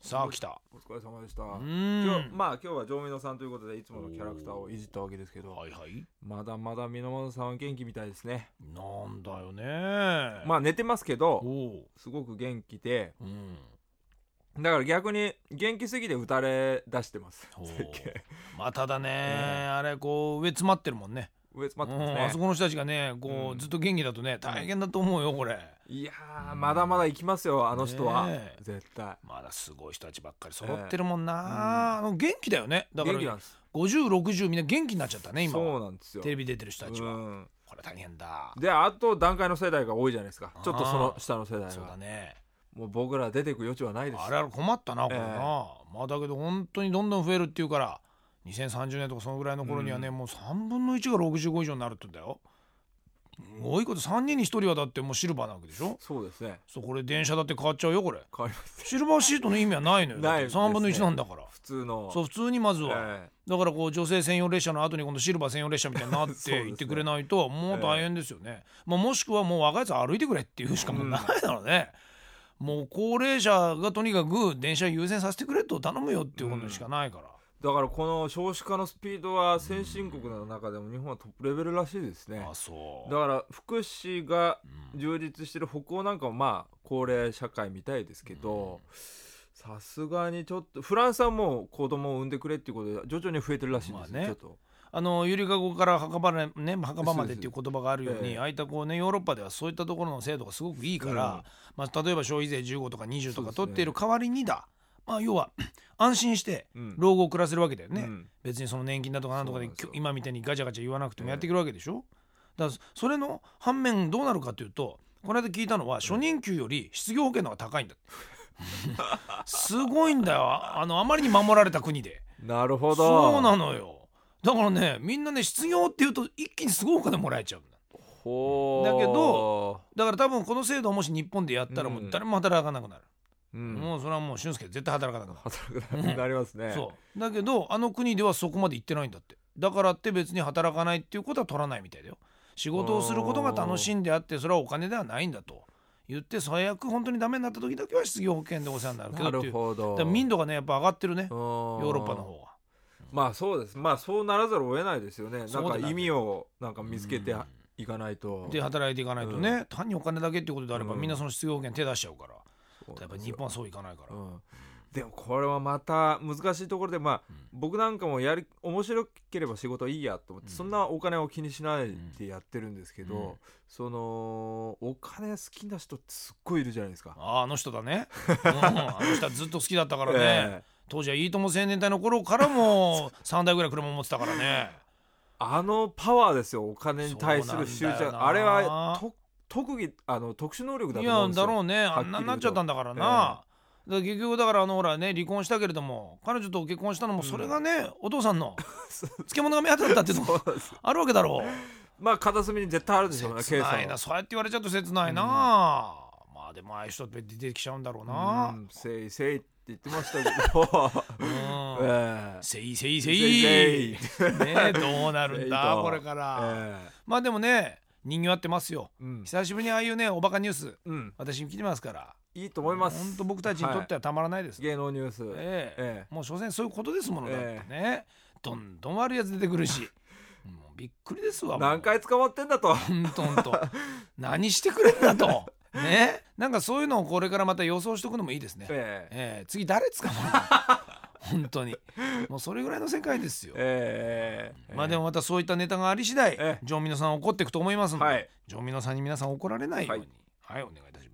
さあ来たお疲れ様でしたう今ー日んまあ今日はジョーミノさんということでいつものキャラクターをいじったわけですけどはいはいまだまだ源さんは元気みたいですねなんだよねまあ寝てますけどおうすごく元気でうんだから逆に元気すぎて打たれ出してますおう設計まあただね、えあれこう上詰まってるもんね上詰まっうてんまあすそねこの人たちがねこう、うんずっと元気だとね大変だと思うよこれいやーまだまだ行きますよあの人はねえ絶対まだすごい人たちばっかり揃ってるもんな、あの元気だよねだか元気ならんです5060みんな元気になっちゃったね今そうはなんですよテレビ出てる人たちは、うんこれ大変だであと段階の世代が多いじゃないですかあーちょっとその下の世代そうだがねもう僕ら出ていく余地はないですあれは困ったなこれな、ええまあだけど本当にどんどん増えるっていうから2030年とかそのぐらいの頃にはね、うもう3分の1が65以上になるって言うんだよすごいこと3人に1人はだってもうシルバーなわけでしょそうですねそうこれ電車だって変わっちゃうよこれ変わりますシルバーシートの意味はないのよないだって3分のです1ねなんだから、普通のそう普通にまずは、えだからこう女性専用列車の後に今度シルバー専用列車みたいになっそうでてすね行ってくれないともう大変ですよね、まあ、もしくはもう若いやつは歩いてくれっていうしかもうないだろうね、もう高齢者がとにかく電車優先させてくれと頼むよっていうことしかないから、えだからこの少子化のスピードは先進国の中でも日本はトップレベルらしいですねあそうだから福祉がうん充実してる北欧なんかもまあ高齢社会みたいですけどさすがにちょっとフランスはもう子供を産んでくれっていうことで徐々に増えてるらしいんですよ、まあねちょっとあのゆりかごから墓場,、ねね、墓場までっていう言葉があるようそうでにすああいったこう、ね、ヨーロッパではそういったところの制度がすごくいいから、まあ、例えば消費税15とか20とそうでかすね取っている代わりにだ、まあ、要は安心してうん老後を暮らせるわけだよね。うん別にその年金だとかなんとかでそうなんですよ今みたいにガチャガチャ言わなくてもやってくるわけでしょ、だからそれの反面どうなるかというとこの間聞いたのは初任給より失業保険の方が高いんだってすごいんだよああのあまりに守られた国でなるほどそうなのよだからねみんなね失業っていうと一気にすごいお金もらえちゃうんだほうだけどだから多分この制度をもし日本でやったらもう誰も働かなくなる、うんもうそれはもう俊介絶対働かなくなる働くなくなりますね、そうだけどあの国ではそこまで行ってないんだってだからって別に働かないっていうことは取らないみたいだよ仕事をすることが楽しいんであってそれはお金ではないんだと言って最悪本当にダメになった時だけは失業保険でお世話になるけどなっていうだるかほどら民度がねやっぱ上がってるねヨヨーロッパの方がまあそうですまあそうならざるを得ないですよねそなうだんなか意味をなんか見つけてうんいかないとで働いていかないとね、単にお金だけっていうことであれば、うんみんなその失業保険手出しちゃうからそうやなっんぱです日よ本はそういかない から、うんでもこれはまた難しいところでまあ、うん僕なんかもやり面白ければ仕事いいやと思って、うんそんなお金を気にしないでやってるんですけど、うんそのお金好きな人ってすっごいいるじゃないですか。あああの人だね、うん、あの人はずっと好きだったからね、ええ当時はいいとも青年隊の頃から も3台ぐらい車持ってたからねあのパワーですよお金に対する執そうなんだよ着なあれはと特技あの特殊能力だいと思うやんですよだろうねあっきり言うんなとになっちゃったんだからな、だから結局だからあのほらね離婚したけれども彼女と結婚したのもうんそれがね、お父さん の漬物が目当てだったっていうのもそうですあるわけだろうまあ片隅に絶対あるでしょうね切ないなケイさそうやって言われちゃうと切ないな、うんまあでもああいう人って出てきちゃうんだろうんはなうんせいせいって言ってましたけ ど、うん、ええせいせいせせいせいいねえどうなるんせいだとこれから、えまあでもね人形やってますよえうん久しぶりにああいうねおバカニュースうん、私に来てますからいいと思います。本当僕たちにとってははたまらないです、い芸能ニュース、ええええもう所詮そういうことですものだってえね、どんどん悪いやつ出てくるし もうびっくりですわもう何回捕まってんだと。ほんとほんと何してくれんだ とねなんかそういうのをこれからまた予想しておくのもいいですね、ええええ次誰捕ま るの本当にもうそれぐらいの世界ですよ、ええまあでもまたそういったネタがあり次第、ええジョンミノさん怒っていくと思いますので、はいジョンミノさんに皆さん怒られないようにははい、お願いいたします